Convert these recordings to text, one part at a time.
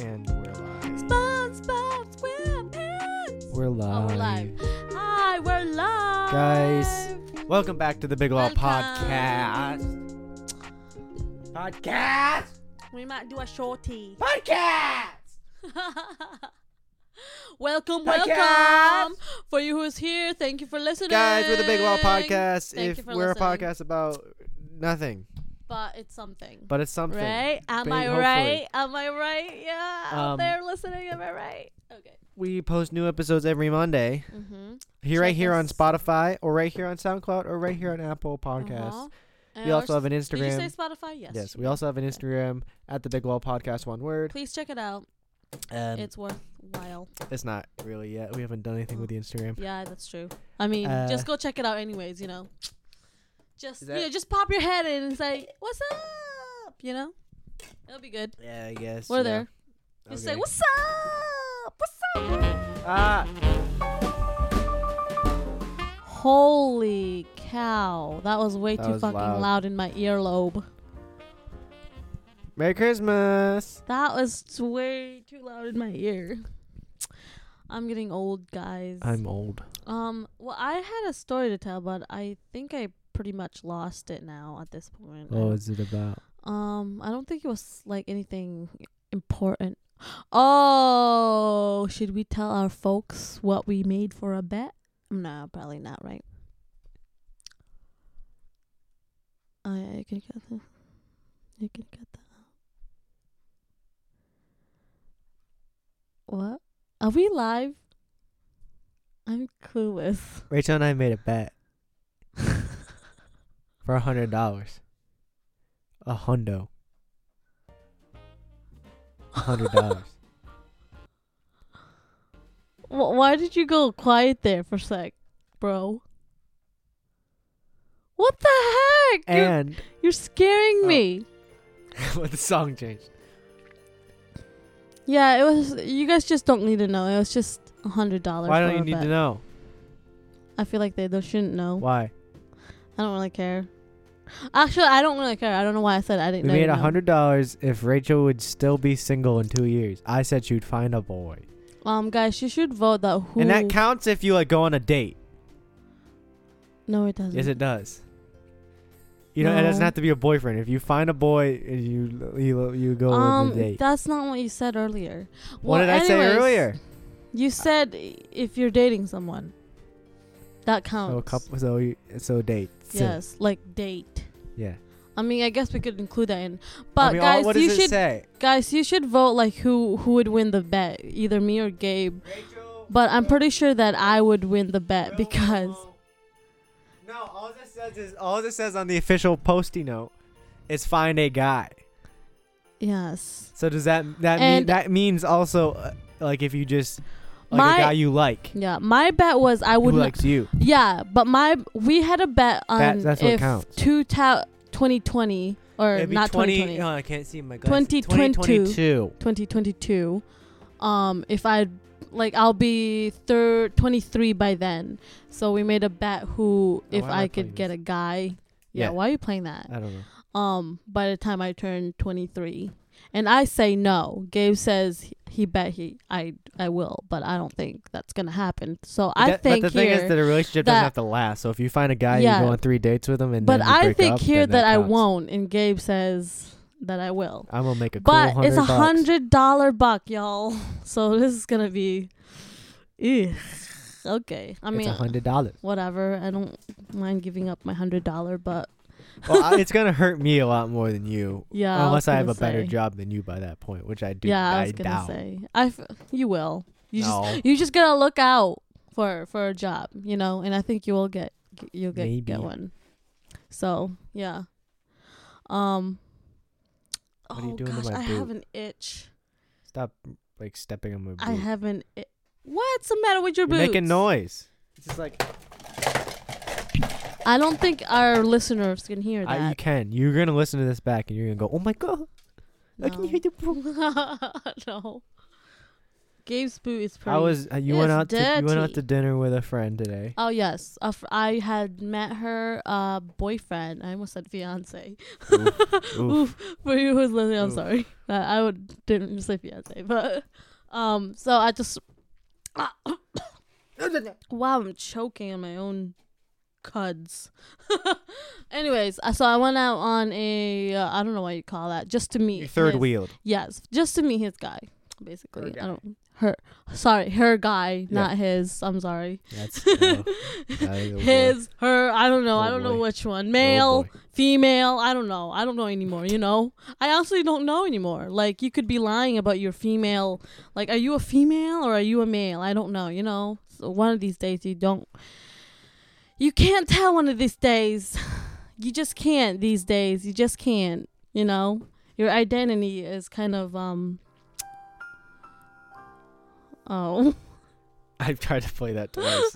And we're live. SpongeBob SquarePants. We're Oh, live. we're live. Hi, we're live. Guys. Welcome back to the Big Law Welcome. Podcast. Podcast! we might do a shorty. Podcast! welcome, Podcast. welcome. For you who's here, thank you for listening. Guys, we're the Big Law Podcast. Thank you if for we're a listening. podcast about nothing, But it's something. but it's something. Right? Am Ba- I hopefully. right? Am I right? Yeah. Um, out there listening, am I right? Okay. We post new episodes every Monday. Mm-hmm. Here, right Check here on us. Uh-huh. Spotify, or right here on SoundCloud, or right here on Apple Podcasts. We also have an Did you say Instagram. Spotify? Yes. Yes, we also have an Yeah. Instagram at the Big Wall Podcast, one word. Please check it out. Um, It's worthwhile. It's not really yet. We haven't done anything with the Instagram. Yeah, that's true. I mean, Uh, just go check it out, anyways. You know, just Is you that- know, just pop your head in and say what's up. You know, it'll be good. Yeah, I guess. We're yeah. there. You say Okay. what's up? What's up? Ah, Holy cow! That was way That too was fucking loud. loud. in my earlobe. Merry Christmas. That was way too loud in my ear. I'm getting old, guys. old. Um, well, I had a story to tell, but I think I pretty much lost it now at this point. I is it about? Um, I don't think it was like anything important. Oh, should we tell our folks what we made for a bet? No, probably not, right? Oh yeah, you can cut that. You can cut that. out. What? Are we live? I'm clueless. Rachel and I made a bet for a hundred dollars. A hundo. A hundred dollars. Wh- Why did you go quiet there for a sec, bro? What the heck? You're, and you're scaring Oh. me. well, the song changed. Yeah, it was. You guys just don't need to know. It was just a hundred dollars. Why don't you need to know? I feel like they, they shouldn't know. Why? I don't really care. Actually, I don't really care. I don't know why I said I We didn't. know you made a know. hundred dollars if Rachel would still be single in two years. I said she'd find a boy, Um, guys, you should vote that who. and that counts if you like go on a date. no, it doesn't. Yes, it does. You know, it doesn't No. have to be a boyfriend. If you find a boy and you you you go on um, a date. that's not what you said earlier. What Well, did I say anyways, earlier? You said if you're dating someone, that counts. So a couple, so you, so date. So, Yes, like date. Yeah. I mean, I guess we could include that in. But I mean, all- guys, what does you it should say? guys, you should vote like who who would win the bet, either me or Gabe. Rachel, But I'm pretty sure that I would win the bet because No, all this says is all this says on the official posty note is find a guy. yes. So does that that mean And- that means also uh, like if you just like My- a guy you like Yeah, my bet was I who would likes you. Yeah, but my we had a bet on That- that's what if counts. two ta- 2020 or It'd be not 20, 2020. oh, I can't see my glasses. 2022. 2022. 2022 um if i like i'll be thir- 23 by then so we made a bet who Oh, if why am I i playing could get this? a guy yeah, Yeah. why are you playing that I don't know. um by the time i turn 23 and i say no gabe says he, he bet he i i will but i don't think that's gonna happen so i That- think but the thing here is that a relationship that- doesn't have to last. So if you find a guy, Yeah. you go on three dates with him, and but then you i break think up, here then that i counts. won't and gabe says that i will I'm gonna make a cool but it's a bucks. hundred dollar buck, y'all. So this is gonna be, Ew. okay. I mean, it's a hundred dollars. whatever. I don't mind giving up my hundred dollar, but well, I- it's gonna hurt me a lot more than you, yeah, was unless I, have a gonna better say. job than you by that point, which I do. yeah, I, I was gonna doubt. say, I f- you will. You No. just you just gotta look out for for a job, you know. And I think you will get you'll get Maybe. get one. So yeah, um. What are you oh doing to gosh, my I boot? have an itch. Stop like stepping on my boot. I have an. I- What's the matter with your You're boots? making noise. It's just like I don't think our listeners can hear I, you that. can. You're gonna listen to this back, and you're gonna go, "Oh my god, I can No. hear the boot." no. Gabe's boot is pretty. I was uh, you It went is out to you went out dirty. to dinner with a friend today. Oh yes, A fr- I had met her uh, boyfriend. I almost said fiance. Oof, oof. for you who's listening, I'm Oof. sorry. Uh, I would didn't say fiance, but um. So I just wow, I'm choking on my own cuds. Anyways, uh, so I went out on a uh, I don't know what you call that, just to meet You third his- wheeled. Yes, just to meet his guy, basically. Her I don't her. Sorry, her guy, not his. I'm sorry. That's uh, oh, oh boy. his, her. I don't know. I Oh don't know boy. which one. Oh, Male, boy. female. I don't know. I don't know anymore. You know. I honestly don't know anymore. Like you could be lying about your female. Like, are you a female or are you a male? I don't know. You know. So one of these days you don't. You can't tell one of these days. You just can't these days. You just can't. You know. Your identity is kind of um. Oh. I've tried to play that twice.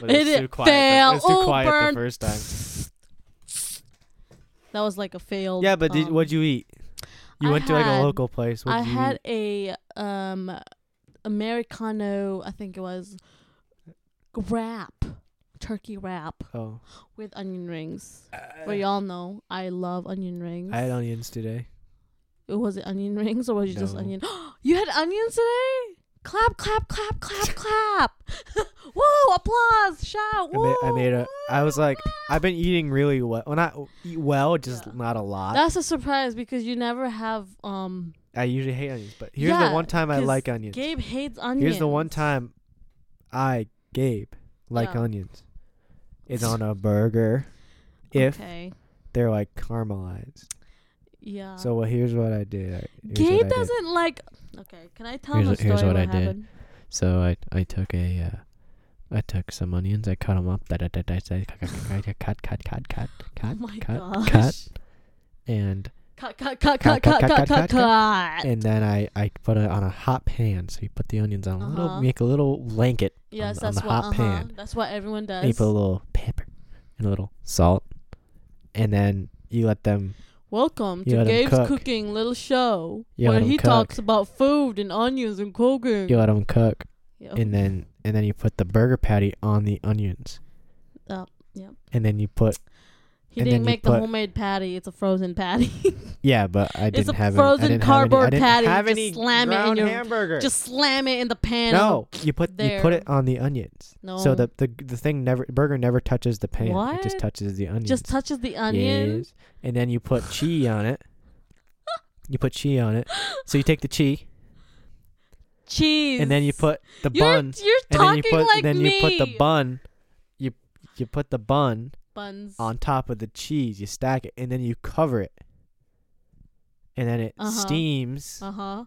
But It it was too it quiet. The, it was too failed. Ooh, quiet burn. the first time. That was like a failed. Yeah, but did, um, what'd you eat? You I went to like had- a local place. What'd I you had a um americano, I think it was wrap, turkey wrap eat? Oh, with onion rings. Uh. For y'all know, I love onion rings. I had onions today. was it onion rings or was it just No. onion? you had onions today? Clap, clap, clap, clap, clap! Woo! Applause! Shout! I made, Woo! I made a. I was like, I've been eating really well. Well, not eat well, just Yeah. not a lot. That's a surprise because you never have um. I usually hate onions, but here's Yeah, the one time I 'cause like onions. Gabe hates onions. Here's the one time I Gabe like Yeah. onions. It's on a burger, if Okay. they're like caramelized. Yeah. So well, here's what I did. I- here's Uh. Gabe what I did. doesn't like. Okay, can I tell him Here's a what- story here's what, what I did. happened? So I I took a uh, I took some onions. I cut them up. Da da da da da. Cut cut cut cut cut cut Oh cut my cut cut. gosh! And Cut cut cut cut cut cut cut cut. and then I I put it on a hot pan. So you put the onions on a Uh-huh. little, make a little blanket. Yes, on, on that's the what. hot Uh huh. pan. That's what everyone And you does. put a little pepper and a little salt, and then you let them. Welcome You to let 'em Gabe's cook. cooking little show You where let 'em he cook. talks about food and onions and cooking. You let them cook, Yep. and then and then you put the burger patty on the onions. Yep, Oh, yep. And then you put he and didn't then you make the put- homemade patty. It's a frozen patty. yeah, but I didn't it's a have any- I frozen didn't have any- I cardboard didn't patty. have just any slam it in ground your. hamburger. Just slam it in the pan. No, you put you put there. it on the onions. No. So the, the the thing never burger never touches the pan. It What? just touches the onions. Just touches the onion. Yes. And then you put chi on it. You put chi on it. So you take the chi cheese. and then you put the You're- buns. You're and then you talking put like then me. you put the bun. You you put the bun buns. on top of the cheese. You stack it and then you cover it. And then it Uh-huh. steams. Uh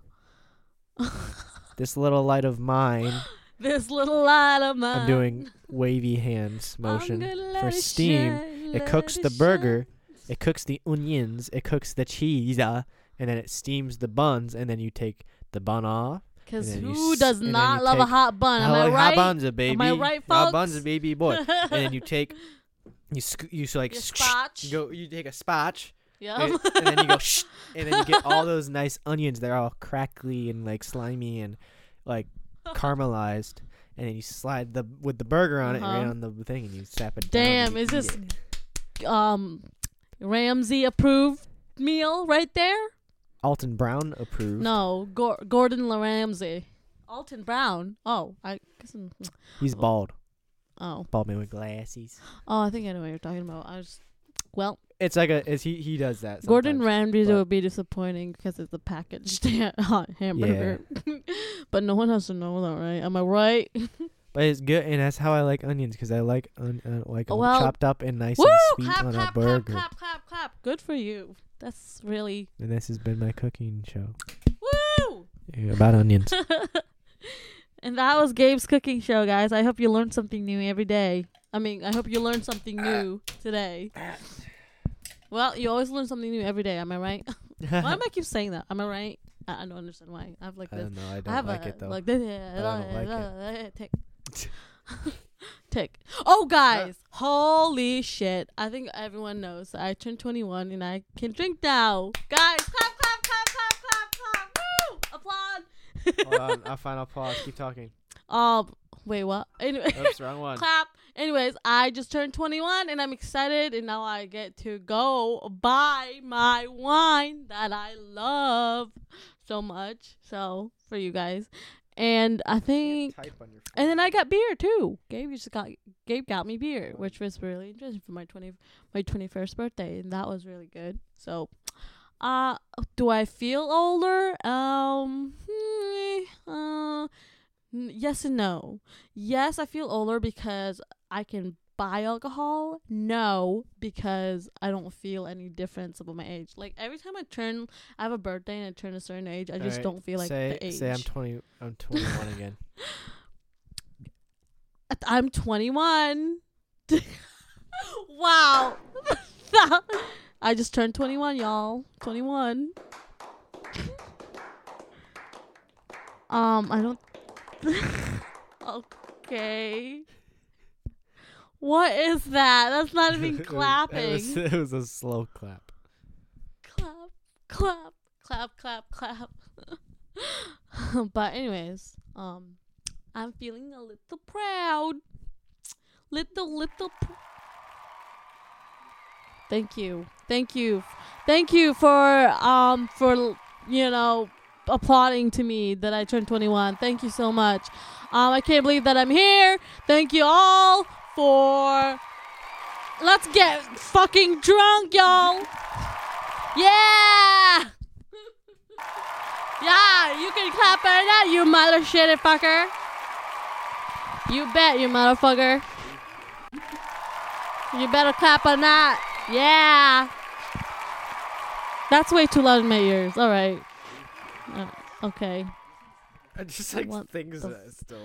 huh. This little light of mine. this little light of mine. I'm doing wavy hands I'm motion. gonna let for it steam, shine, It let cooks it the shine. burger, it cooks the onions, it cooks the cheese, uh, and then it steams the buns, and then you take the bun off. Cause and then you who s- does and then not you love a take- hot bun? Am How- I how right? buns a baby? I right, How buns a folks? baby boy? and then you take, you sc- you s- like Your sh- spatch. you go, you take a spatch, Yep. and, and then you go, sh- and then you get all those nice onions. They're all crackly and like slimy and like caramelized. And then you slide the with the burger on it Uh-huh. right on the thing, and you slap it. down Damn, and you is eat this it. um Ramsey approved meal right there? Alton Brown approved? No, Gor- Gordon Ramsay, Alton Brown. Oh, I. guess I'm- He's bald. Oh, Bald man with glasses. oh, I think I know what you're talking about. I was. Well, It's like a it's, he he does that. Gordon sometimes. Ramsay but- would be disappointing because it's a packaged ha- hamburger. but no one has to know that, right? Am I right? but it's good, and that's how I like onions because I like un, uh, like 'em Well- chopped up and nice Woo! and sweet Clap, on clap, a burger. clap, clap, clap, clap. Good for you. That's really And this has been my cooking show woo. Yeah, about onions. and that was Gabe's cooking show, guys. I hope you learned something new every day. I mean, I hope you learned something Uh, new today. Well, you always learn something new every day. Am I right? why do I keep saying that? Am I right? I, I don't understand why. I have like I this. don't know. I I don't have like a it though. like this. don't like Tick. Tick. Oh, guys! Holy shit! I think everyone knows that I turned 21 and I can drink now. Guys, clap, clap, clap, clap, clap, clap! Woo! Applaud! Hold on, I'll final pause. Keep talking. Um, wait, what? Anyway, Oops, wrong one. clap. Anyways, I just turned 21 and I'm excited, and now I get to go buy my wine that I love so much. So for you guys, and I think, Type on your and then I got beer too. Gabe just got Gabe got me beer, which was really interesting for my 20 my 21st birthday, and that was really good. So. Uh, do I feel older? Um, hmm, uh, n- yes and no. Yes, I feel older because I can buy alcohol. No, because I don't feel any difference about my age. Like every time I turn, I have a birthday and I turn a certain age, I just Alright, don't feel like say, the age. Say I'm 20. I'm 21 again. At- I'm 21. wow. I just turned 21, y'all. 21. um, I don't. okay. What is that? That's not even It was- clapping. It was, it was a slow clap. clap, clap, clap, clap, clap. but anyways, um, I'm feeling a little proud. Little, little. Pr- Thank you, thank you, thank you for um for you know applauding to me that I turned 21. Thank you so much. Um, I can't believe that I'm here. Thank you all for. Let's get fucking drunk, y'all. Yeah! yeah, you can clap for that, you mother shitty fucker. You bet, you motherfucker. You better clap on that. Yeah. That's way too loud in my ears. All right. Uh, okay. I just like What things the that still.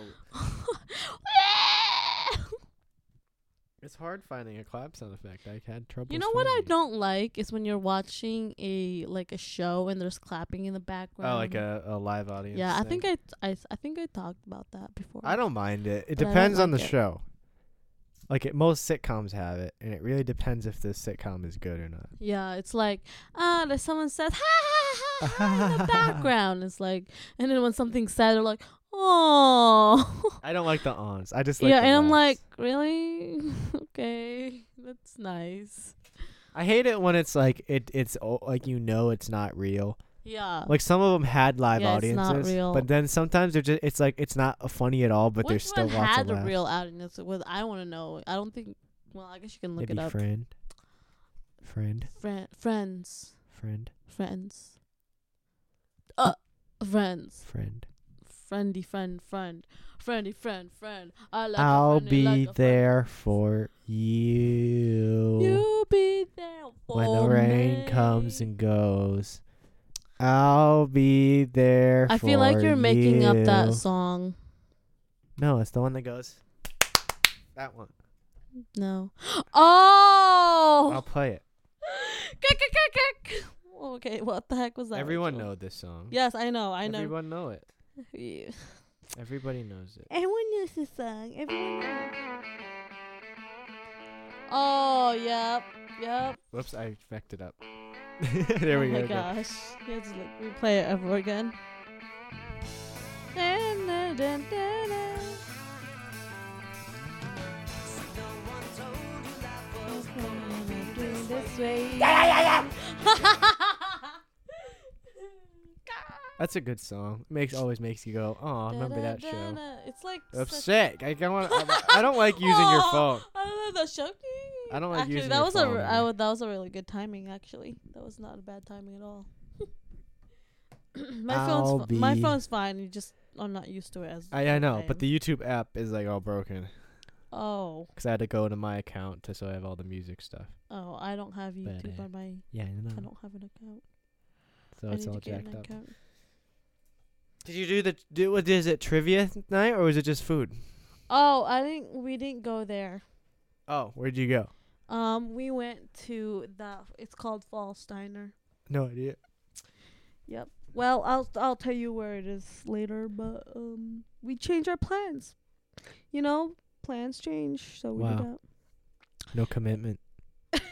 It's hard finding a clap sound effect. I had trouble. you know what I don't like is when you're watching a like a show and there's clapping in the background. Oh, like a, a live audience. Um, Yeah, I thing. think I, I I think I talked about that before. I don't mind it. It But I don't depends on the like it. show. Like it, most sitcoms have it, and it really depends if the sitcom is good or not. Yeah, it's like ah, that someone says ha ha ha ha in the background. It's like, and then when something's said, they're like, oh, I don't like the ons. I just like yeah. the And I'm like, laughs. really? okay, that's nice. I hate it when it's like it it's o- like you know it's not real. Yeah. Like some of them had live Uh, Yeah, it's audiences, not real. but then sometimes they're just it's like it's not funny at all, but Which there's still one lots had of the laughs. real audience? It was I want to know. I don't think. Well, I guess you can look Maybe it up. friend, friend, Fri- friends, friend, friends, uh, friends. friend. Friendy friend friend friendy friend friend. I like a I'll friendy, be like a friend. there for you. You'll be there for When the rain me. comes and goes, I'll be there. I feel like for you're making up you. that song. No, it's the one that goes. That one. No. I'll Oh. play it. Kick, kick, kick, kick. Okay, what the heck was that? Everyone Rachel? know this song. Yes, I know. I know. Everyone know it. Yeah. Everybody knows it. Everyone knows this song. Everyone. Knows. Oh yep, yep. Whoops, I fucked it up. there we oh my go. again. gosh. You have to like, replay it over again. Dun, dun, dun, dun, dun. That's a good song. Makes always makes you go, oh, remember that show. It's like That's such- sick. I don't, want, I, I don't like using your Aw, phone. Oh, I don't know the show. I don't like actually, using that your was phone a re- either. I would, that was a really good timing. Actually, that was not a bad timing at all. my I'll phone's fi- my be- phone's fine. You just I'm not used to it as. I, I know, but time. the YouTube app is like all broken oh because I had to go to my account to so I have all the music stuff. oh I don't have YouTube uh, on my. Yeah, I know. I don't have an account. so I it's need all to get jacked an up. account. Did you do the do what is it trivia night or was it just food? Oh, I didn't. We didn't go there. Oh, where'd you go? Um, we went to the. It's called False Diner. No idea. Yep. Well, I'll I'll tell you where it is later, but um, we change our plans. You know, plans change, so we did Wow. that. No commitment. It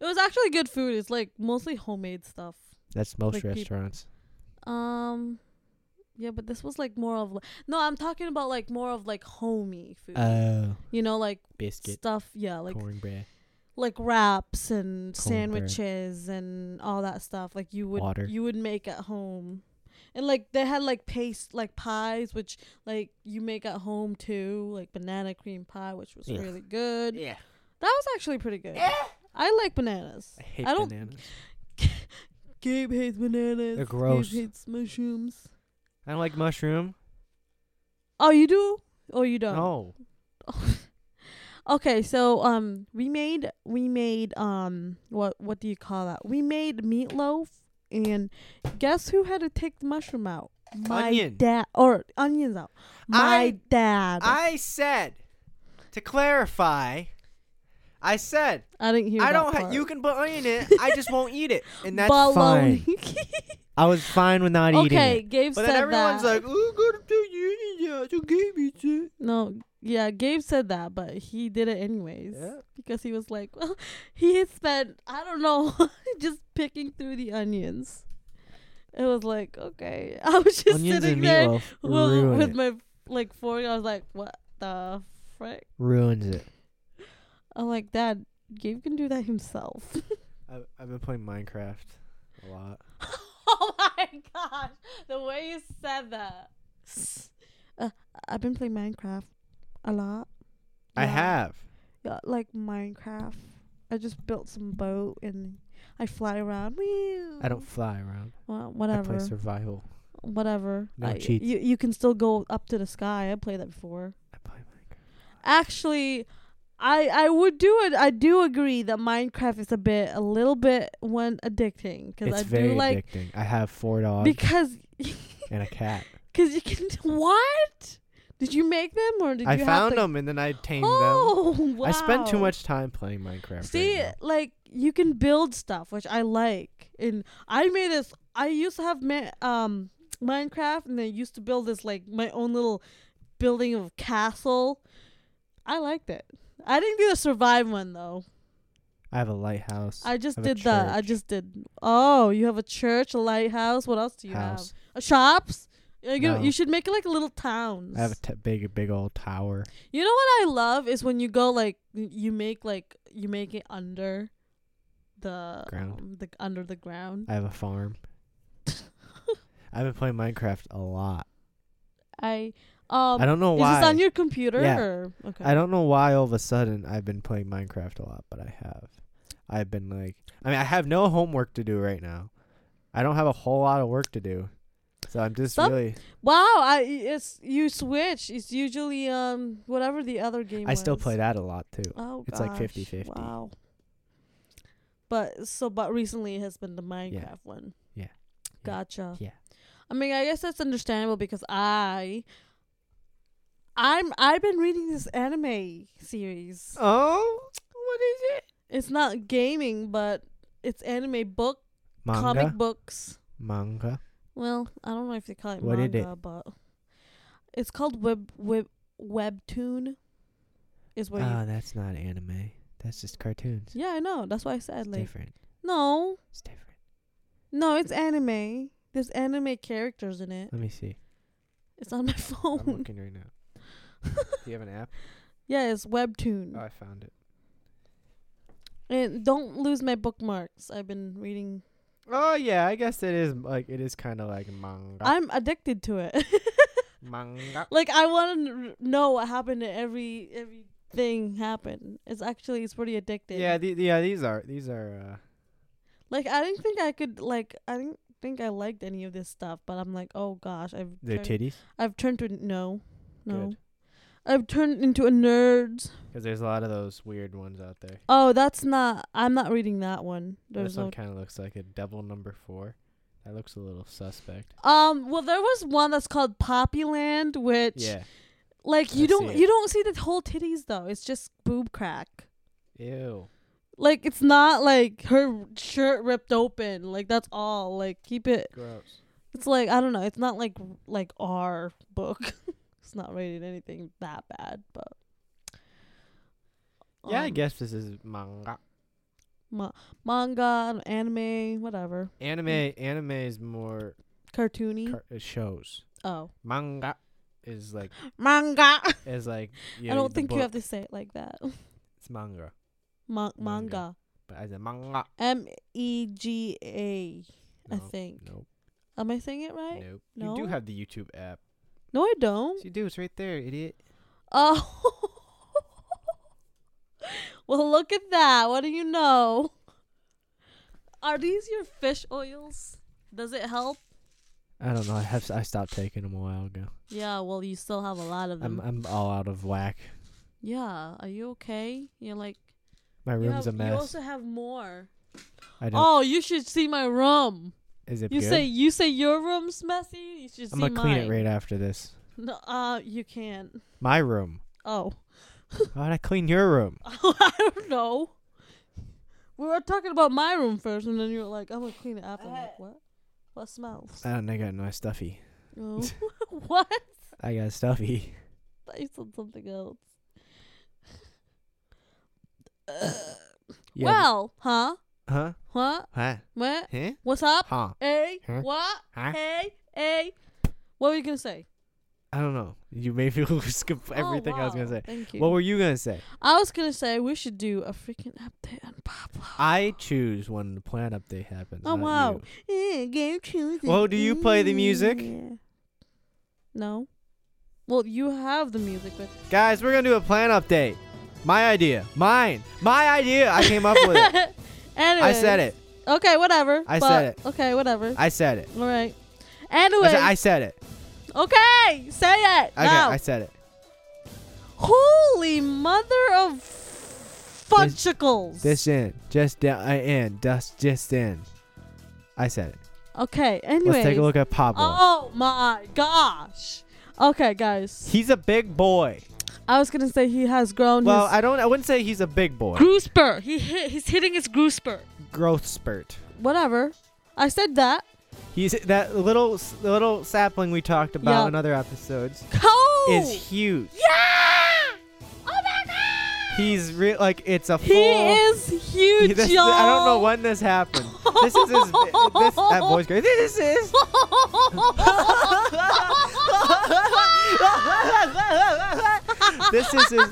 was actually good food. It's like mostly homemade stuff. That's most Like peop- restaurants. Um, Yeah, but this was like more of li- no. I'm talking about like more of like homey food. Oh, you know, like biscuit, stuff. Yeah, uh, like cornbread, like wraps and Cornbread. sandwiches and all that stuff. Like you would Water. you would make at home, and like they had like paste like pies, which like you make at home too, like banana cream pie, which was Ugh. really good. Yeah. That was actually pretty good. I like bananas. I hate I don't- bananas. Gabe hates bananas. They're gross. Gabe hates mushrooms. I don't like mushroom. Oh, you do? Oh, you don't? No. Okay, so um, we made we made um, what what do you call that? We made meatloaf, and guess who had to take the mushroom out? My Onion. dad or onions out. My I- dad. I, I said to clarify. I said didn't hear. I that don't. Ha- part. you can put onion in. it. I just won't eat it, and that's Baloney. fine. I was fine with not eating okay, it. Gabe But said then everyone's that. like, "Oh, go to the union, give me it." no, yeah, Gabe said that, but he did it anyways Yeah. because he was like, well, he had spent I don't know, just picking through the onions. It was like okay, I was just Onions sitting and there. meatloaf well, ruin with it. my like fork, I was like, "What the frick?" ruins it. I'm like, "Dad, Gabe can do that himself." I've, I've been playing Minecraft a lot. oh my gosh, the way you said that. Uh, I've been playing Minecraft a lot. I Yeah. have. Yeah, like Minecraft. I just built some boat and I fly around. I don't fly around. Well, I whatever. play survival. whatever. No I- cheats. You you can still go up to the sky. I played that before. I play Minecraft. actually I I would do it. I do agree that Minecraft is a bit a little bit one addicting cuz It's I very do like addicting. I have four dogs because and a cat. cuz you can what? Did you make them or did I you found have to, them and then I tamed Oh, them. wow. I spend too much time playing Minecraft. right See, now. like you can build stuff, which I like. And I made this. I used to have ma- um Minecraft, and I used to build this like my own little building of castle. I liked it. I didn't do the survive one though. I have a lighthouse. I just have a did that. I church. just did. Oh, you have a church, a lighthouse. What else do you house. have? Uh, shops. You, know, No. you should make it like little towns. I have a t- big, big old tower. you know what I love is when you go like y- you make like you make it under the Ground. um, the under the ground. I have a farm. I've been playing Minecraft a lot. I um. I don't know is why. this on your computer? Yeah. Or, okay. I don't know why all of a sudden I've been playing Minecraft a lot, but I have. I've been like, I mean, I have no homework to do right now. I don't have a whole lot of work to do, so I'm just Some- really. wow. I it's you switch. It's usually um whatever the other game. I still was. play that a lot too. Oh, It's like gosh, 50-50. Wow. But so, but recently it has been the Minecraft one. Yeah. Gotcha. Yeah. I mean, I guess that's understandable because I, I'm I've been reading this anime series. Oh, what is it? It's not gaming, but it's anime book, Manga. comic books. Manga. Well, I don't know if they call it What is manga, it? but it's called web web webtoon. Is where oh, you. that's not anime. That's just cartoons. Yeah, I know. That's why I said It's like different. no. It's different. No, it's anime. There's anime characters in it. Let me see. It's on my I'm phone. looking right now. Do you have an app? yeah, it's Webtoon. Oh, I found it. And don't lose my bookmarks. I've been reading. Oh yeah, I guess it is like it is kind of like manga. I'm addicted to it. manga. like I want to r- know what happened to every every thing happened. It's actually it's pretty addictive. Yeah, the, yeah, these are these are. Uh, Like I didn't think I could like I didn't think I liked any of this stuff, but I'm like, "Oh gosh, I've They're turned, titties. I've turned to no. No. Good. I've turned into a nerd. Because there's a lot of those weird ones out there. Oh, that's not I'm not reading that one. There's this one no kind of looks like a devil number four. That looks a little suspect. Um. Well, there was one that's called Poppyland, which Yeah. like you I don't see it. you don't see the whole titties though. It's just boob crack. Ew. Like it's not like her shirt ripped open. Like that's all. Like keep it. Gross. It's like I don't know. It's not like like our book. it's not rated anything that bad, but. yeah, I Um, guess this is manga. manga, anime, whatever, mm. Anime. Anime is more cartoony. car- uh, shows. Oh, Manga is like manga. is like. I don't think you have to say it like that. It's manga, Ma- manga. Manga. but I said manga. M E G A. I Nope, think. Nope. Am I saying it right? Nope. You No? do have the YouTube app. No, I don't. Yes, you do. It's right there, idiot. Oh. well, look at that. What do you know? Are these your fish oils? Does it help? I don't know. I have. I stopped taking them a while ago. Yeah, well, you still have a lot of I'm them. I'm all out of whack. yeah, are you okay? You're like My you, room's have, a you mess. also have more. I don't. Oh, you should see my room. is it You good? say you say your room's messy. You should I'm see gonna mine. clean it right after this. No, uh, you can't. My room. Oh, How would I clean your room? I don't know. We were talking about my room first, and then you were like, "I'm gonna clean it up." I'm like, "What? What smells?" I don't. know, I got my stuffy. Oh. what? I got stuffy. I thought you said something else. Yeah, well, huh? but- Huh? Huh? Huh? What? Huh? What's up? Huh? Hey, Huh? what? Huh? Hey, hey. What were you gonna say? I don't know. You made me lose comp- Oh, everything I was gonna wow. say. Thank you. What were you gonna say? I was gonna say we should do a freaking update on Pablo. I choose when the plan update happens. Oh not wow! you. Yeah, Game Tuesday. Well, do you play the music? Yeah. No. Well, you have the music, but Guys, we're gonna do a plan update. My idea. Mine. My idea. I came up with it. I said it. Okay, whatever. I but- said it. Okay, whatever. I said it. All right. I Anyway, said, I said it. okay, say it Okay, now. I said it. Holy mother of fudgicles! This in, just down, uh, in, dust, just in. I said it. okay. Anyway, Let's take a look at Pablo. Oh my gosh. Okay, guys. He's a big boy. I was gonna say he has grown Well, his I don't. I wouldn't say he's a big boy. Groospur. He hit, he's hitting his Groospur. Growth spurt. Whatever. I said that. He's that little s- little sapling we talked about Yeah. in other episodes Oh. is huge. yeah. Oh my god. He's re- like it's a He full. is He- huge, this- y'all. I don't know when this happened. this is his. This, that voice great. This is. this is his.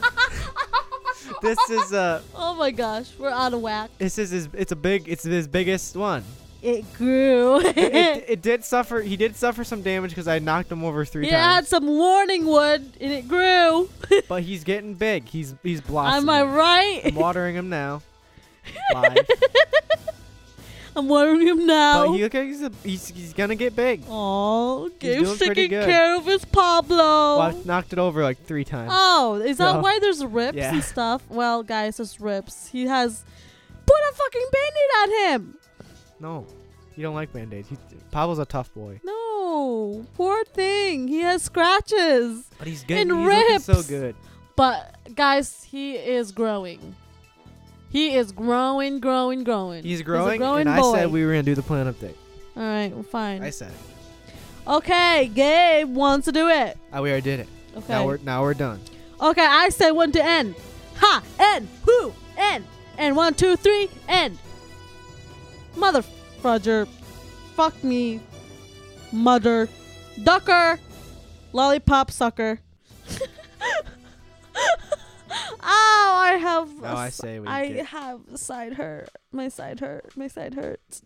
This is uh. oh my gosh, we're out of whack. This is his. It's a big. It's his biggest one. It grew. It, it, it did suffer. He did suffer some damage because I knocked him over three It times. had some warning wood and it grew. But he's getting big. He's he's blossoming. Am I I'm right? watering him now. Live. I'm watering him But now. he look like he's, a, he's he's gonna get big. Oh, Gabe's doing pretty taking good. care of his Pablo. Well, I knocked it over like three times. Oh, is that No. why there's rips Yeah. and stuff? Well, guys, there's rips. He has put a fucking band-aid on him. No, you don't like band-aids. He, Pablo's a tough boy. No, poor thing. He has scratches. But he's And getting he's looking so rips. good. But guys, he is growing. He is growing, growing, growing. He's a growing, growing and boy. I said we were gonna do the plan update. All right, well, fine. I said it. Okay, Gabe wants to do it. Oh, we already did it. Okay. Now we're now we're done. Okay, I say one to end. Ha! End! Who? End! And one, two, three, end! Mother fudger. Fuck me. Mother. Ducker. Lollipop sucker. Ow, Oh, I have. a Now I s- say we I get- have a side hurt. My side hurt. My side hurts.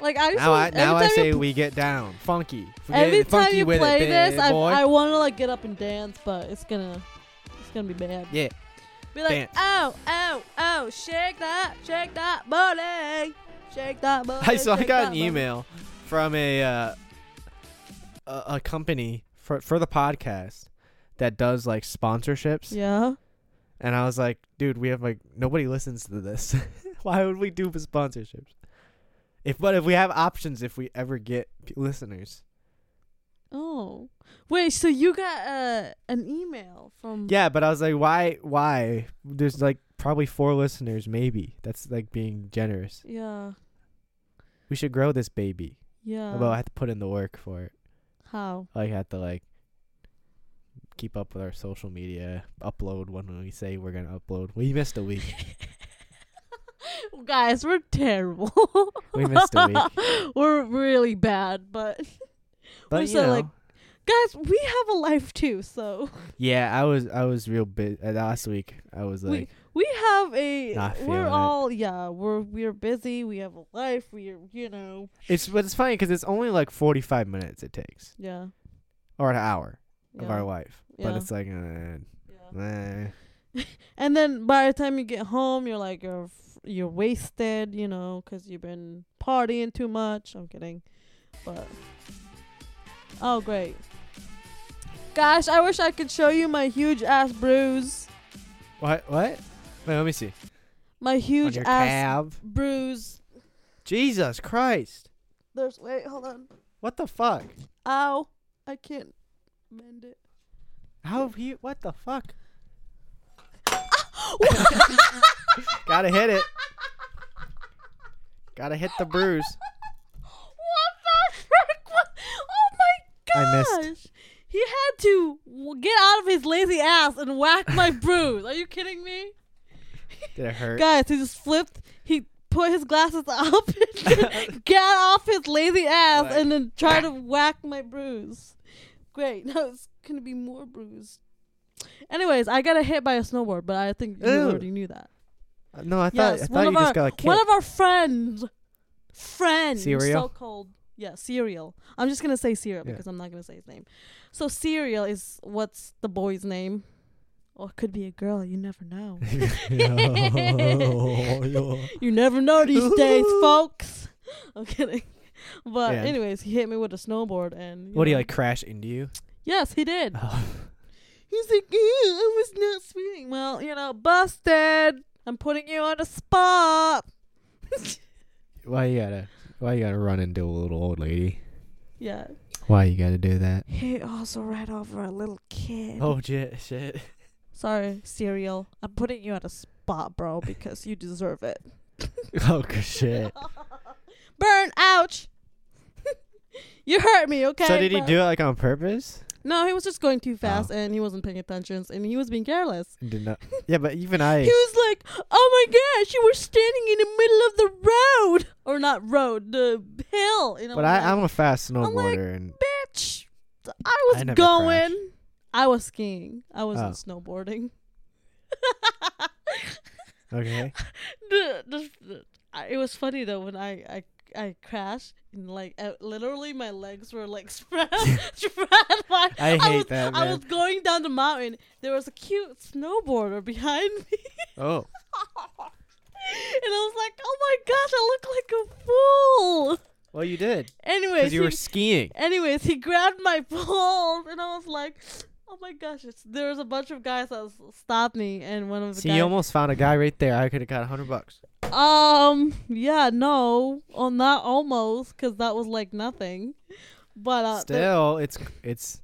Like I just Now I want- now I every time you say we get down, funky. We Every get funky time you with play it, this, big I, boy. I want to like get up and dance, but it's gonna, it's gonna be bad. yeah. Be like, dance. oh, oh, oh, shake that, shake that body, shake that body. I saw I shake got that an body." email from a uh, a, a company for for the podcast that does like sponsorships, Yeah. and I was like, dude, we have like nobody listens to this. Why would we do the sponsorships? If but if we have options, if we ever get p- listeners, Oh, wait. So you got uh, an email from? yeah. But I was like, why? Why? There's like probably four listeners, maybe. That's like being generous. Yeah. We should grow this baby. Yeah. Although I have to put in the work for it. How? like have to like keep up with our social media upload when we say we're gonna upload we missed a week guys, we're terrible. We missed a week. we're really bad, but But just you said, know, like- guys, we have a life too. So yeah, I was I was real bit uh, last week. I was We- like, we have a. Not feeling we're it. all yeah. We're we're busy. We have a life. We're you know it's but it's funny because it's only like forty five minutes it takes yeah. or an hour yeah. of our life, but Yeah. it's like, uh, yeah. eh. And then by the time you get home, you're like you're f- you're wasted, you know, 'cause you've been partying too much. I'm kidding, but oh great, gosh, I wish I could show you my huge ass bruise, what what? Wait, let me see. my On huge your ass calf. bruise. Jesus Christ! There's wait, hold on. What the fuck? Ow, I can't bend it. How he? What the fuck? Gotta Gotta hit it. Gotta hit the bruise. What the frick? What? Oh my I gosh! missed. He had to w- get out of his lazy ass and whack my bruise. Are you kidding me? Did it hurt? Guys, he just flipped. He put his glasses up and got off his lazy ass Like, and then try to whack my bruise. Great. Now it's going to be more bruise. Anyways, I got hit by a snowboard, but I think you Ew. already knew that. Uh, No, I thought I Yes, thought one you of just our- got like kicked. One of our friends. Friend. Cereal? So called. Yeah, cereal. I'm just gonna say cereal Yeah. because I'm not gonna say his name. So cereal is what's the boy's name? Or it could be a girl, you never know. You never know these days, Ooh. folks. I'm kidding. But Yeah. anyways, he hit me with a snowboard and you what do you know. like crash into you? Yes, he did. Oh. He's like, "Ew, I was not speeding. Well, you know, busted. I'm putting you on the spot. Why you gotta why you gotta run into a little old lady? yeah. Why you gotta do that? He also ran over a little kid. Oh shit, shit. Sorry, cereal. I'm putting you on a spot, bro, because you deserve it. oh good shit. Burn, ouch. you hurt me, okay? so did he but- do Oh. it like on purpose? No, he was just going too fast and he wasn't paying attention and he was being careless. Did not. Yeah, but even I. He was like, "Oh my gosh, you were standing in the middle of the road or not road, the hill." And But I'm I, like, I'm a fast I'm like- snowboarder, and bitch. I was never going. crash. I was skiing. I wasn't Oh. snowboarding. okay, the, the, the- I- it was funny though when I I, I crashed and like uh, literally my legs were like spread spread wide. I hate was, that, I man. was going down the mountain. There was a cute snowboarder behind me. Oh, And I was like, "Oh my gosh, I look like a fool." well you did Anyways, because you were he- skiing. Anyways, he grabbed my pole, and I was like, "Oh my gosh!" It's, there was a bunch of guys that s- stopped me, and one of the See, guys. you almost found a guy right there. I could have got a hundred bucks. um, yeah, no, well, not almost, because that was like nothing. But uh, there- Still, it's it's.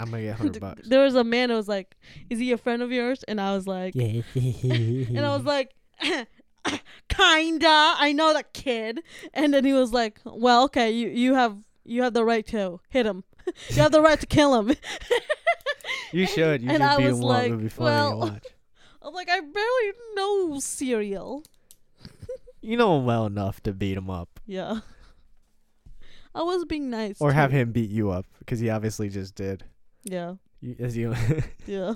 I'm gonna get a hundred bucks. there was a man that was like, "Is he a friend of yours?" And I was like, Yeah. and I was like, "Kinda, I know that kid." And then he was like, "Well, okay, you you have you have the right to hit him. you have the right to kill him." You should. You and should I be was in like, like, would be funny to well- watch. I'm like, I barely know cereal. You know him well enough to beat him up, Yeah. I was being nice. or too. have him beat you up, because he obviously just did. Yeah. You, as you, Yeah.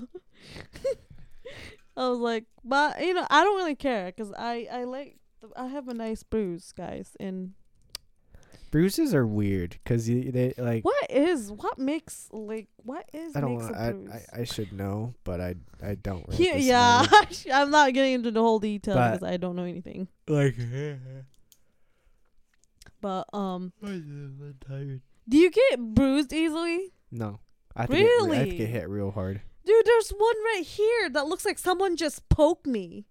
I was like, but you know, I don't really care because I I like I have a nice bruise, guys. And bruises are weird, because they like. what is what makes like what is I don't. makes wanna- a bruise? I, I I should know, but I I don't. Right Here, this yeah, moment. I'm not getting into the whole detail But- because I don't know anything. Like. But um, I'm tired. do you get bruised easily? No, I have to get re- I have to Really? get hit real hard. Dude, there's one right here that looks like someone just poked me.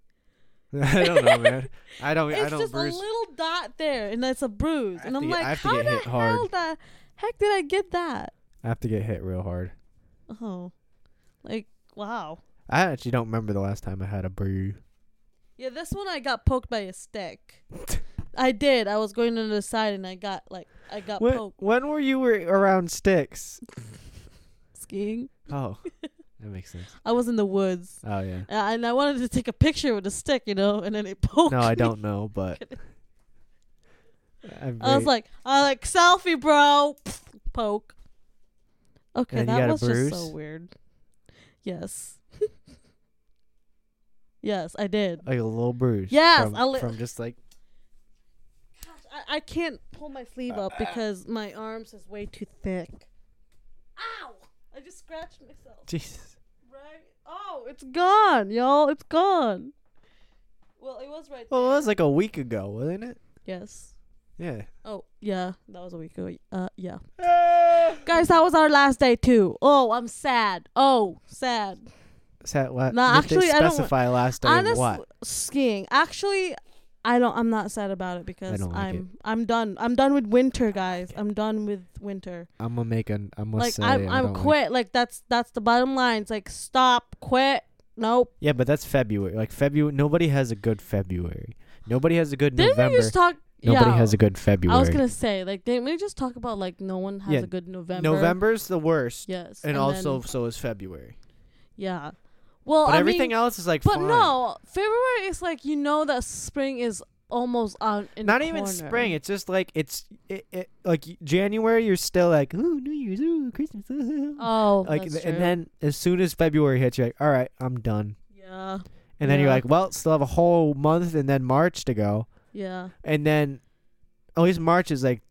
I don't know, man. I don't. it's I don't just bruise. a little dot there, and that's a bruise. I have And to I'm get- I like, have to how get the hit hell hard. the heck did I get that? I have to get hit real hard. Oh, like wow. I actually don't remember the last time I had a bruise. Yeah, this one I got poked by a stick. I did. I was going to the side, and I got like I got When, poked when were you were around sticks? skiing. Oh, That makes sense. I was in the woods, Oh yeah. uh, and I wanted to take a picture with a stick, you know, and then it poked. No, I me. don't know, but I'm I was great. like, I like selfie, bro. Poke. Okay, And you that got a was just so bruise? weird. Yes. yes, I did. like a little bruise. Yes, from, a li- from just like I, I can't pull my sleeve up because my arms is way too thick. Ow! I just scratched myself. Jesus. Right? Oh, it's gone, y'all. It's gone. Well, it was right Well, there. it was like a week ago, wasn't it? yes. Yeah. Oh, yeah. That was a week ago. Uh, yeah. Guys, that was our last day too. Oh, I'm sad. Oh, sad. Sat No, la- did they actually, I don't- specify last day of Honestly, what? skiing. Actually, I don't. I'm not sad about it because don't like I'm. it. I'm done. I'm done with winter, guys. I'm done with winter. I'm gonna make an. I'm gonna like say. I'm. I I'm don't like- quit. Like. that's that's the bottom line. It's like stop, quit. Nope. yeah, but that's February. Like February, nobody has a good February. Nobody has a good Didn't we November. just talk? nobody yeah, has a good February. I was gonna say like didn't we just talk about like no one has Yeah, a good November. November's the worst, Yes. and, also then- so is February. yeah. Well, But I everything mean, else is like. But fine. no, February is like you know that spring is almost out. In Not the even corner. spring. It's just like it's it, it like y- January. You're still like ooh New Year's ooh Christmas ooh. Oh, like that's th- true. and then as soon as February hits, you're like all right I'm done. yeah, And then you're Yeah. like well still have a whole month and then March to go. yeah, And then at least March is like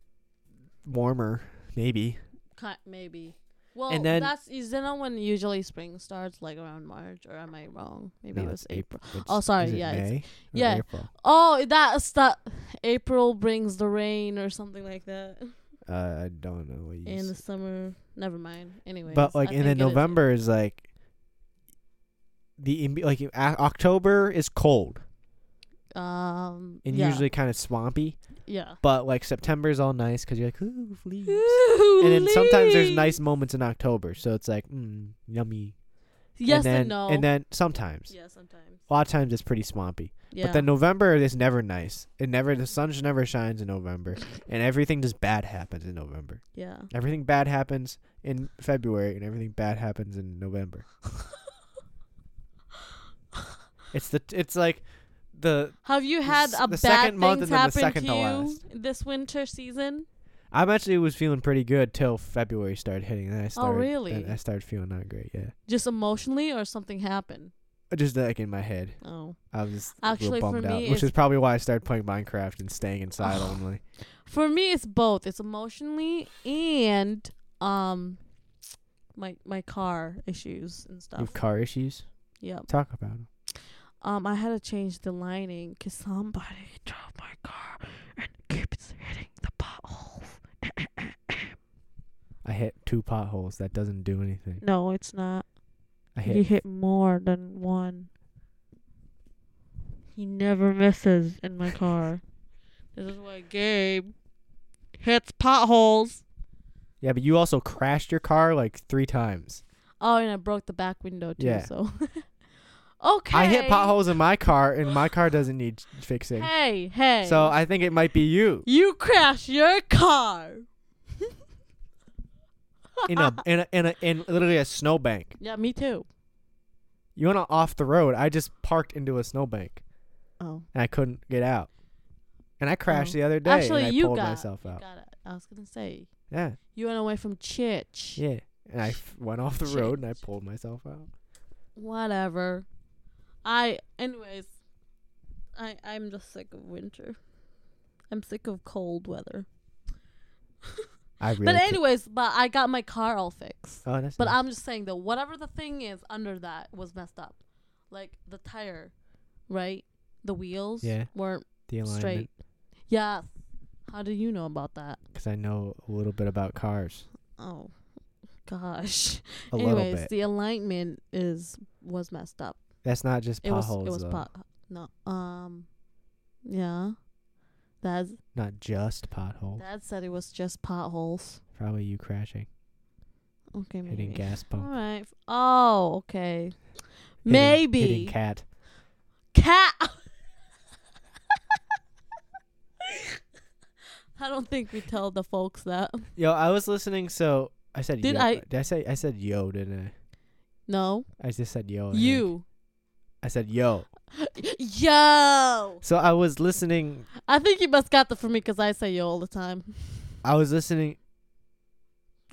warmer maybe. Ki maybe. Well, And then- that's is that not when usually spring starts, like around March, or am I wrong? Maybe No, it it's was April. It's- Oh, sorry, is it yeah, it's- May or yeah. April? Oh, that's that. April brings the rain or something like that. Uh, I don't know what you. In the s- summer, never mind. Anyway, But like and then November is like the imbe- like a- October is cold um, and yeah, usually kind of swampy. yeah. But like September is all nice because you're like ooh leaves. Ooh, and then sometimes there's leaves. nice moments in October, so it's like mm, yummy. Yes and, then, no. And then sometimes yeah, sometimes. a lot of times it's pretty swampy. Yeah. But then November is never nice. It never the sun just never shines in November, and everything just bad happens in November. yeah. Everything bad happens in February, and everything bad happens in November. It's the it's like the Have you The had s- a the bad second things month and then the happen second to to you last. this winter season? I'm actually was feeling pretty good till February started hitting. Then I started, Oh, really? Then I started feeling not great. Yeah, Uh, Just emotionally, or something happened? just like in my head, Oh, I was just Actually, a for little bummed out, me, which it's- is probably why I started playing Minecraft and staying inside Ugh. only. for me, it's both. It's emotionally and um, my my car issues and You have stuff. car issues. Yep. Talk about them. Um, I had to change the lining 'cause somebody drove my car and keeps hitting the potholes. I hit two potholes. That doesn't do anything. No, it's not. I He hit. hit more than one. He never misses in my car. this is why Gabe hits potholes. Yeah, but you also crashed your car like three times. Oh, and I broke the back window too. Yeah. So, okay. I hit potholes in my car, and my car doesn't need fixing. Hey, hey. So I think it might be you you crash your car. in a in a in a in literally a snowbank. Yeah, me too. You went off the road. I just parked into a snowbank Oh, and I couldn't get out. And I crashed Oh. the other day actually, and I you pulled got myself you out. got it. I was gonna say Yeah, you went away from church. yeah. And I f- went off the Shit. road and I pulled myself out. whatever. I anyways, I I'm just sick of winter. I'm sick of cold weather. I really. but ca- anyways, but I got my car all fixed. oh, that's But nice. I'm just saying that whatever the thing is under that was messed up. Like the tire, right? The wheels Yeah. weren't the alignment straight. Yeah. How do you know about that? because I know a little bit about cars. Oh gosh. A little anyways, bit. the alignment is was messed up. That's not just It was potholes it was though. pot no um yeah that's not just potholes. dad said it was just potholes Probably you crashing, okay maybe Uh, hitting gas all pump, right oh okay hitting- maybe hitting cat. cat I don't think we tell the folks that Yo, I was listening. So I said. Did yo. I- Did I say? I said yo, didn't I? No. I just said yo. I think. You. I said yo. Yo. So I was listening. I think you must got that from me because I say yo all the time. I was listening.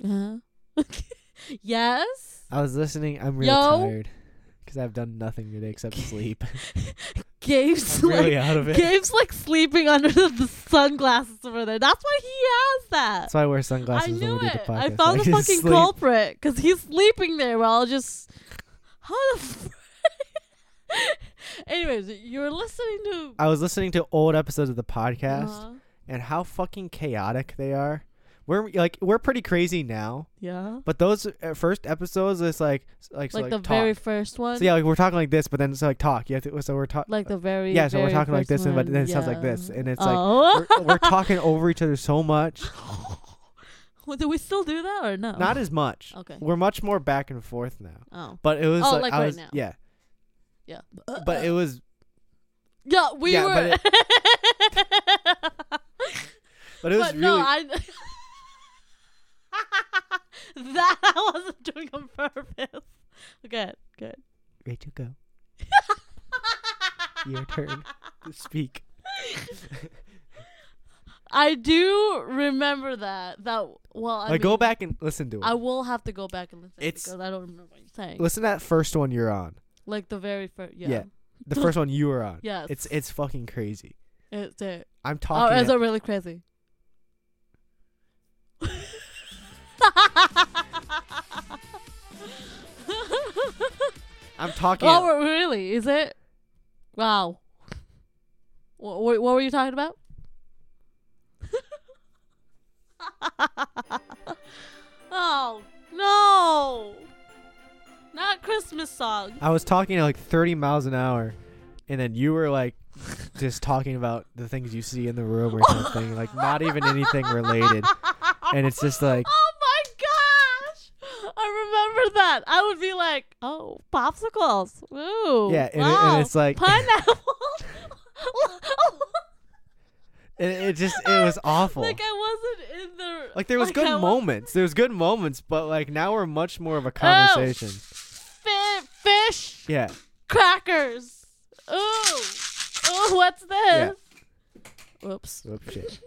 Uh-huh. yes. I was listening. I'm real Yo. tired because I've done nothing today except sleep. Gabe's I'm like really out of it. Gabe's like sleeping under the, the sunglasses over there. That's why he has that. That's why I wear sunglasses I when knew we do the it. podcast. I found the can fucking sleep. culprit because he's sleeping there while just how the. F- Anyways, you were listening to. I was listening to old episodes of the podcast Uh, and how fucking chaotic they are. We're like we're pretty crazy now, yeah, but those uh, first episodes, it's like s- like, so, like, like the talk. very first one. so yeah, like we're talking like this, but then it's like talk. You have to, so we're talking like the very. yeah, so we're very talking like first this, and but one, then it sounds like yeah. this, and it's like oh. we're, we're talking over each other so much. Well, do we still do that or no? Not as much. Okay. We're much more back and forth now. Oh. But it was Oh, like, like I right was now. yeah, Yeah. Uh, but it was Yeah, we Yeah, were. but but it was But really no, I. that I wasn't doing on purpose. Good, good. Rachel go Your turn. speak. I do remember that. That well, I like go mean, back and listen to it. I will have to go back and listen It's- because I don't remember what you're saying. listen to that first one you're on. like the very first, yeah, Yeah. The first one you were on. yes, It's it's fucking crazy. it's it. I'm Oh, talking. is at- it really crazy? I'm talking. at- Oh, really? Is it? Wow. What, what, what were you talking about? oh, no. Not Christmas song. I was talking at like 30 miles an hour, and then you were like just talking about the things you see in the room or something, like not even anything related. And it's just like, Oh my gosh! I remember that. I would be like, "Oh, popsicles! Ooh, yeah, and, it, wow. and it's like, pineapple." and it just it was awful. Like I wasn't in the Like there was good I wa- Oh. moments. There was good moments, but like now we're much more of a conversation. Fi- fish Yeah, crackers. Ooh, ooh, what's this? Whoops. Whoop, shit.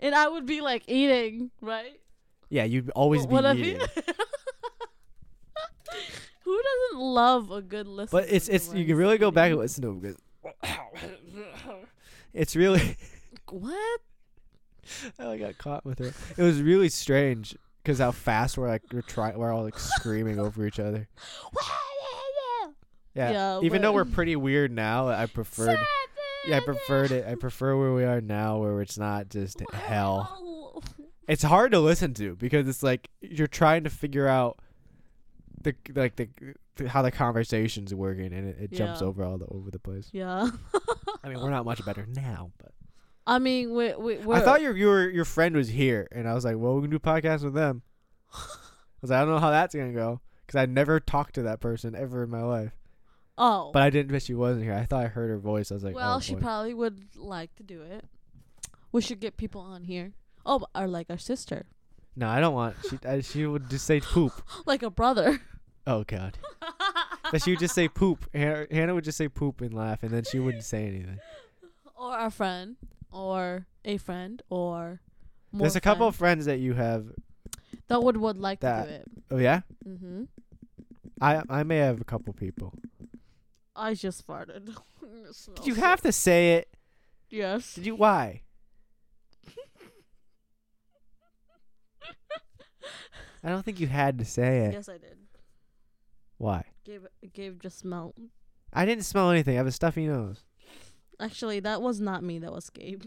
And I would be like eating, right? yeah. You'd always What- what I be mean- eating. Who doesn't love a good listen? But it's to it's you one's can really go back eating? and listen to it because it's really. What? I got caught with her. It was really strange because how fast we're like we're trying we're all like screaming over each other. Yeah. Yeah, Even though we're- we're pretty weird now, I preferred. Yeah, I preferred it. I prefer where we are now, where it's not just hell. It's hard to listen to because it's like you're trying to figure out the like the how the conversation's working, and it, it jumps Yeah. over all the over the place. Yeah. I mean, we're not much better now, but I mean, we we we're, I thought your your your friend was here, and I was like, "Well, we can do podcasts with them." I was like, "I don't know how that's gonna go," because I never talked to that person ever in my life. oh. But I didn't miss she wasn't here. I thought I heard her voice. I was like, well, "Oh she boy." probably would like to do it. We should get people on here. Oh, but- or like our sister, no, I don't want." Uh, She I, she would just say poop. like a brother. Oh god, but she would just say poop. Hannah, Hannah would just say poop and laugh, and then she wouldn't say anything. or our friend, or a friend, or more There's a couple of friend friends that you have. that would would like that- to do it. Oh yeah, Mm-hmm. I I may have a couple people. I just farted. It Did you smells have to say it? so- Yes. Did you why? I don't think you had to say it. yes, I did. Why? Gabe Gabe just smelled. I didn't smell anything. I have a stuffy nose. Actually, that was not me. That was Gabe.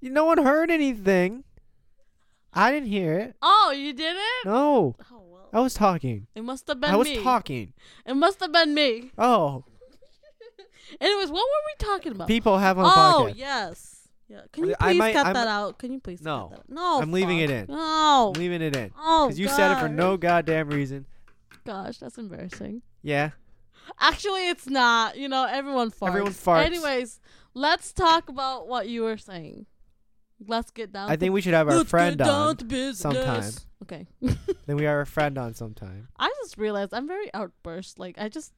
You- No one heard anything. I didn't hear it. Oh, you did it? No, Oh well. I was talking. It must have been I was me. talking. it must have been me. Oh, Anyways, what were we talking about? people have on a oh podcast. yes. Yeah. Can you I please might- cut I'm- that out? Can you please No. cut that out? No. I'm leaving fuck. it in. No. I'm leaving it in oh. because you said it for God. no goddamn reason. Gosh, that's embarrassing. Yeah, Actually, it's not. You know, everyone farts. Everyone farts. Anyways, let's talk about what you were saying. Let's get down. I to- think we should have our Let's friend get down on. to business. sometime. Okay. Then we have our friend on sometime. I just realized I'm very outburst. Like I just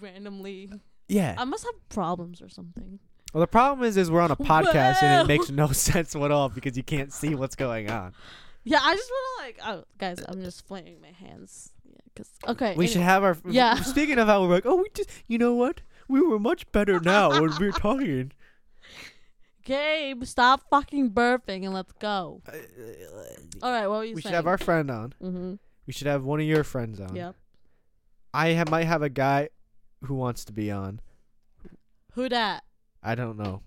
randomly. Yeah. I must have problems or something. Well, the problem is, is we're on a podcast and Whoa. it makes no sense at all because you can't see what's going on. Yeah, I just want to like. Oh, guys, I'm just flailing my hands. Yeah, 'cause- okay. We any- should have our. Yeah. Speaking of how we're like, oh, we just, you know what? We were much better now when we were talking. Gabe, stop fucking burping and let's go. All right, what were you We saying? should have our friend on. Mm-hmm. We should have one of your friends on. Yep. I ha- might have a guy who wants to be on. Who that? I don't know.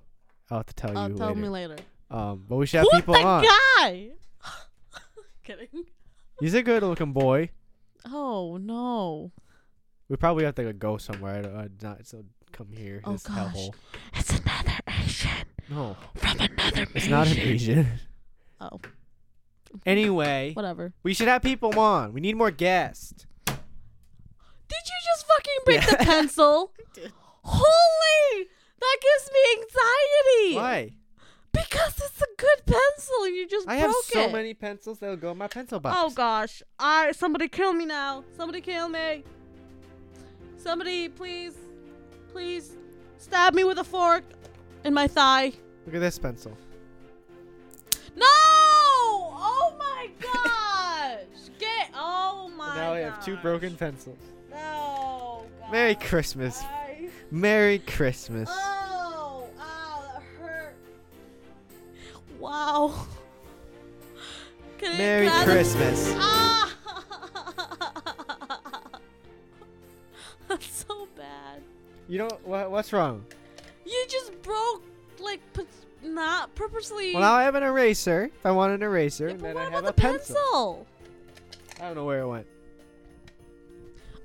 I'll have to tell Oh, you tell later. me later. um, but we should have Who's people that on. guy? Kidding. He's a good-looking boy. Oh no! We probably have to go somewhere. I don't, I'd not so come here. Oh, this gosh. hellhole. It's another Asian No, from another. it's not an Asian. Oh. Anyway, Whatever. we should have people on. We need more guests. Did you just fucking break Yeah. the pencil? Holy! That gives me anxiety. Why? Because it's a good pencil and you just I broke have so it. many pencils that'll go in my pencil box. Oh gosh! I somebody kill me now! Somebody kill me! Somebody please, please stab me with a fork in my thigh. Look at this pencil. No! Oh my gosh! Get! Oh my. now I have two gosh. broken pencils. No. God. Merry Christmas. I- Merry Christmas. Oh, ow, that hurt. Wow. Can I- Merry can I- Christmas. Ah! That's so bad. You don't. What, what's wrong? You just broke, like, p- not purposely. Well, now I have an eraser. If I want an eraser, Yeah, and but then what I about have the a pencil. pencil? I don't know where it went.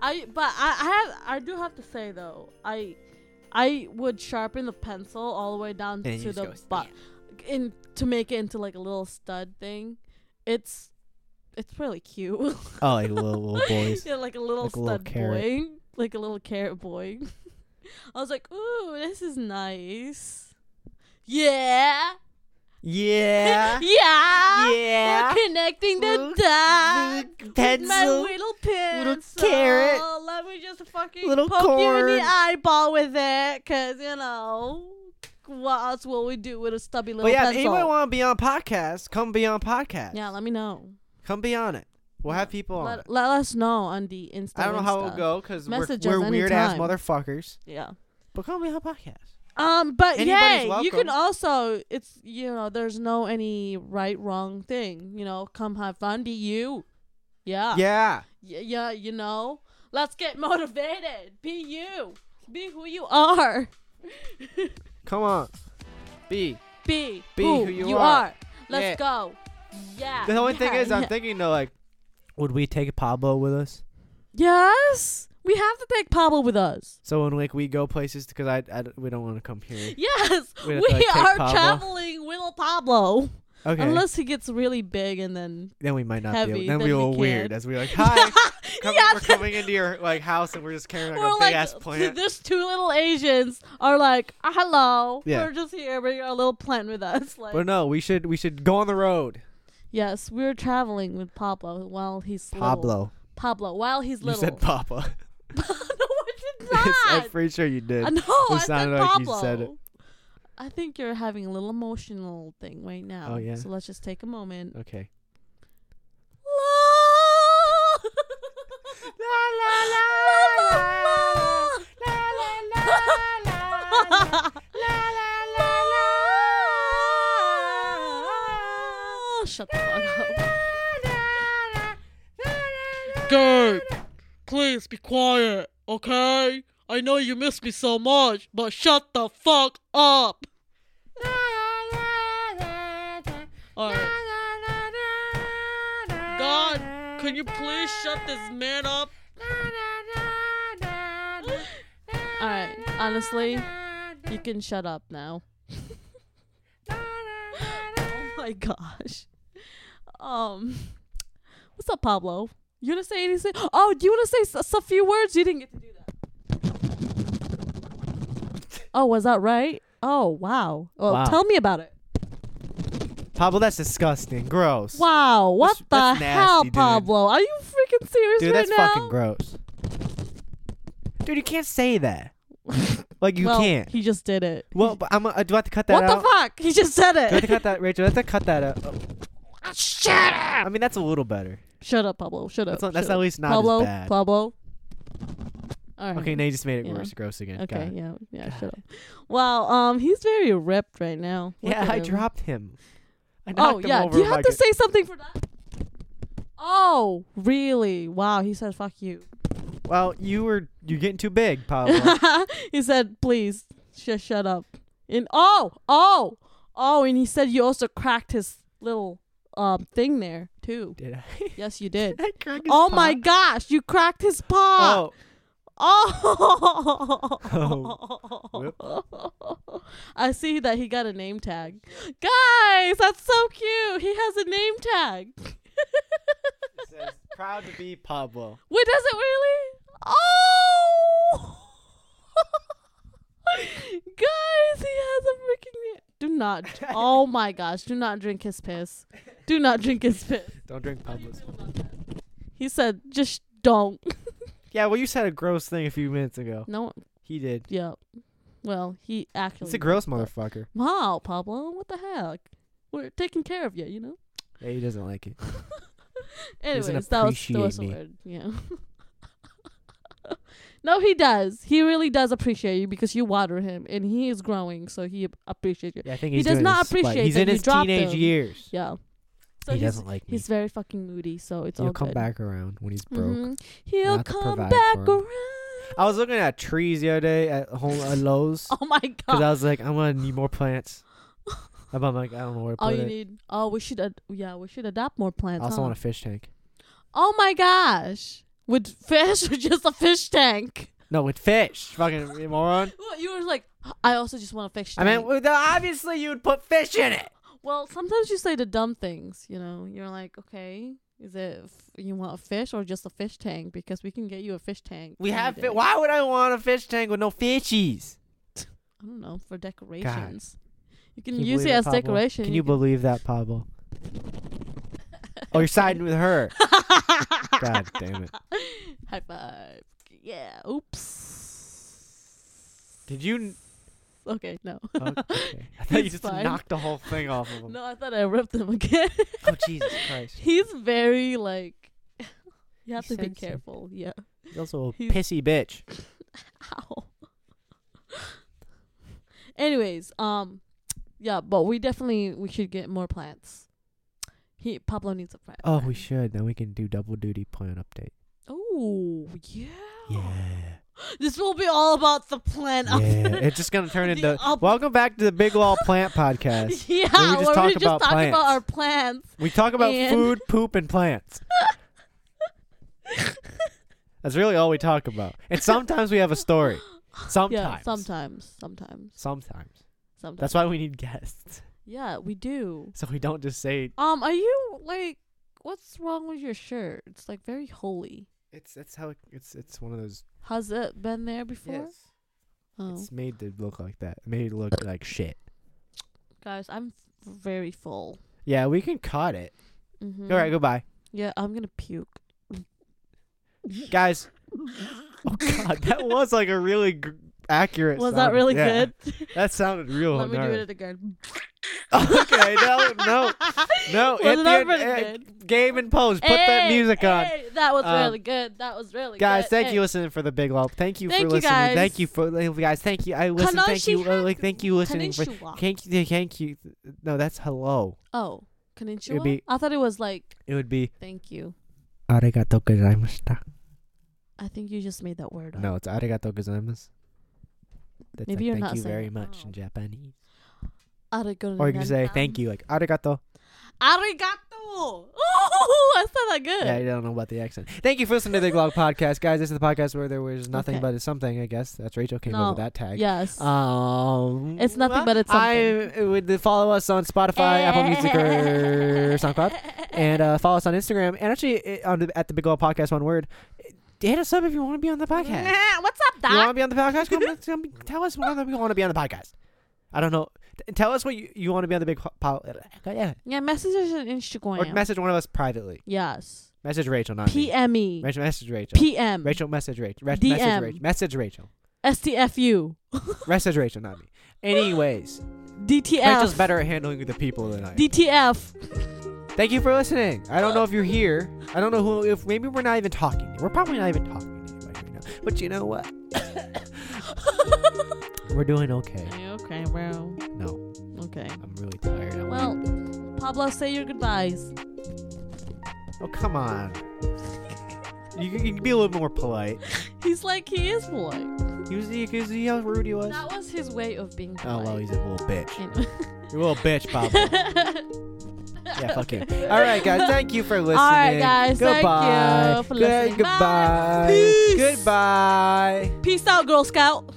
I but I, I have I do have to say though I I would sharpen the pencil all the way down And you to just the go butt in to make it into like a little stud thing. It's it's really cute. Oh, like little, little boys. yeah, like a little Like a stud little boy, carrot. like a little carrot boy. I was like, ooh, this is nice. Yeah. Yeah. yeah. Yeah. We're connecting the Little- dots. little With my pencil. little pencil. carrot. Let me just fucking Little poke you in corn. the eyeball with it, cause you know what else will we do with a stubby little But yeah, if pencil? anyone want to be on podcast, come be on podcast. yeah, let me know. come be on it. We'll have people on. it. Let, let us know on the Insta. I don't know how it'll Insta. go because we're, Message us we're weird ass anytime. motherfuckers. Yeah. But come be on podcast. Um, but Anybody's yay, you can welcome. also it's you know there's no any right wrong thing you know come have fun be you, yeah Yeah. yeah, yeah, you know. Let's get motivated. Be you. Be who you are. Come on. Be. Be, Be who, who you you are. are. Let's Yeah. go. Yeah. The only yeah, thing is, I'm yeah. thinking though, like, would we take Pablo with us? Yes, we have to take Pablo with us. So when like we go places, because I, I we don't want to come here. Yes, we, We'd have to, like, take are Pablo. traveling with Pablo. Okay. Unless he gets really big and then then we might not be. heavy, Able, then, then we we will can't. weird as we're like, hi, come, Yeah, we're coming into your like house and we're just carrying like we're a big ass like plant. there's two little Asians are like "Ah, hello. Yeah. We're just here. Bring a little plant with us. Like But no, we should we should go on the road. yes, we're traveling with Pablo while he's little. Pablo, while he's you little. said Papa. no, I did Yes, not. I'm pretty sure you did. I know. It I said sounded like you Pablo. said it. I think you're having a little emotional thing right now. Oh, yeah? So let's just take a moment. Okay. Shut the fuck up. Gabe, please be quiet, okay? I know you miss me so much, but shut the fuck up. Alright. God, can you please shut this man up? Alright, honestly, you can shut up now. oh my gosh. Um, what's up, Pablo? You gonna say anything? Oh, do you wanna say s- s- a few words? You didn't get to do that. Oh, was that right? Oh, wow. Well, Wow. tell me about it. Pablo, that's disgusting. Gross. Wow, what That's- the that's hell, nasty, dude. Pablo? Are you freaking serious Dude, right that's now? fucking gross. Dude, you can't say that. Like you well, can't. He just did it. well, but I'm. Uh, do I have to cut that What out? the fuck? He just said Do I have to it. cut that, Rachel? I have to cut that out. Oh, Shut up! I mean, that's a little better. Shut up, Pablo. Shut up. That's, not, that's shut at up. least not Pablo. as bad. Pablo. All right. Okay, now you just made it Yeah. worse. Gross again. Okay. God. Yeah. Yeah. Shut up. Well, um, he's very ripped right now. Look Yeah, at I him. dropped him. I knocked Oh him yeah. over Do you with have my to good- say something for that? Oh really? Wow. He said fuck you. Well, you were you're getting too big, Pablo. he said please just shut up. And oh oh oh, and he said you also cracked his little um thing there too. Did I? Yes, you did. I cracked his Oh my paw? gosh, you cracked his paw. Oh, Oh. I see that he got a name tag. Guys, that's so cute. He has a name tag. it says, proud to be Pablo. Wait, does it really? Oh! Guys, he has a freaking name. Do not. Oh my gosh, do not drink his piss. Do not drink his piss. Don't drink Pablo's. He said, just don't. Oh. Yeah, well, you said a gross thing a few minutes ago. No, He did. yeah. Well, he actually. It's a gross motherfucker. Wow, Pablo, what the heck? We're taking care of you, you know? Yeah, he doesn't like it. doesn't Anyways, that was, that was appreciate me. weird. Yeah. no, he does. He really does appreciate you because you water him and he is growing, so he ap- appreciates you. Yeah, I think He he's does doing not it in spite. appreciate He's that in you his dropped teenage him. years. Yeah. So he he's, doesn't like me. he's very fucking moody, so it's He'll all come good. back around when he's broke. Mhm. He'll Not to come provide back for him. around. I was looking at trees the other day at home at Lowe's Oh my because god. I was like, I'm gonna need more plants. But I'm like, I don't know where to All put you it. need. Oh, we should. Ad- yeah, we should adopt more I plants. also huh? want a fish tank. Oh my gosh. With fish or just a fish tank? No, with fish. Fucking you moron. Well, you were like, I also just want a fish I tank. mean, well, the- obviously you would put fish in it. well, sometimes you say the dumb things, you know. You're like, okay, is it f- you want a fish or just a fish tank? Because we can get you a fish tank. We any have. day. Fi- why would I want a fish tank with no fishies? I don't know for decorations. You can, you use it believe as Pablo? decoration. Can you believe that, Pablo? Oh, you're siding with her. God damn it. High five. Yeah. Oops. Did you? N- Okay. No. oh, okay. I thought you It's just fine. knocked the whole thing off of him. no, I thought I ripped them again. Oh Jesus Christ! He's very like. You have He's to be sensitive. careful. Yeah. He's also a He's- pissy bitch. Ow. Anyways, um, yeah, but we definitely we should get more plants. He Pablo needs a plant. Oh, we should. Now we can do double duty plan update. Oh yeah. Yeah. This will be all about the plant. Yeah. it's just gonna turn The into up- welcome back to the Big Law Plant Podcast. yeah, where we just where talk we just about talk plants. about our plants. We talk about And- food, poop, and plants. That's really all we talk about. And sometimes we have a story. Sometimes. Yeah, sometimes, sometimes, Sometimes. sometimes. That's why we need guests. yeah, we do. So we don't just say Um, are you like, what's wrong with your shirt? It's like very holy. it's it's how it's it's one of those Has it been there before? Oh. It's made to look like that. It made it look like shit. Guys, I'm f- very full. Yeah, we can cut it. Mm-hmm. All right, goodbye. Yeah, I'm gonna puke. Guys. Oh god, that was like a really g- accurate Was that sound. really Yeah, good? That sounded real Let me do gnarly. it again. okay, no, no, no. Was hit that the, pretty uh, good? game and pose. Put that Hey, music on. hey, that was Um, really good. That was really Guys, good. thank Hey. you listening for the big love. Thank you Thank for you, listening. guys. Thank you for uh, guys. Thank you. I listen. Thank you. uh, Konnichiwa. like thank you listening for. Konnichiwa. Thank you. Thank you. No, that's hello. Oh, konnichiwa. be- I thought it was like It would be thank you. arigato gozaimashita. I think you just made that word up. No, it's arigato gozaimasu. That's Maybe like, you're thank not you saying very it. much Oh. in Japanese. Arigato Or you can say nandan. thank you, like arigato. Arigato. Oh, I said that good. Yeah, I don't know about the accent. Thank you for listening to the Big Log Podcast, guys. This is the podcast where there was nothing Okay. but it's something. I guess that's Rachel came No. up with that tag. Yes. Uh, Um, It's nothing but it's I would follow us on Spotify, Apple Music, or SoundCloud, and uh, follow us on Instagram. And actually, eh, on the, at the Big Law Podcast, one word. Hit us up if you want to be on the podcast. What's up, you want Doc? to be on the podcast? Come, come, tell us whether you want to be on the podcast. I don't know. T- tell us what you, you want to be on the big pile. Yeah, message us on Instagram. Or message one of us privately. yes. E. Message Rachel, not me. PME. Rachel, message Rachel. PM. Rachel, message Rachel. Re- DM. Message Rachel. Message Rachel. STFU. Message Rachel, not me. Anyways, Rachel's DTF. better at handling the people than I. am. DTF. Thank you for listening. I don't know if you're here. I don't know who. If maybe we're not even talking. We're probably not even talking to anybody right now. But you know what? We're doing okay. okay, bro. No, Okay. I'm really tired. I Well, Pablo, say your goodbyes. Oh, come on. You, you can be a little bit more polite. He's like he is polite. You see, you see how rude he was? That was his way of being Oh, polite. well, he's a little bitch. Anyway. You're a little bitch, Bob. yeah, fuck you. All right, guys. Thank you for listening. All right, guys, thank Goodbye. you for Good- listening. Bye. Goodbye. Peace. Goodbye. Peace out, Girl Scout.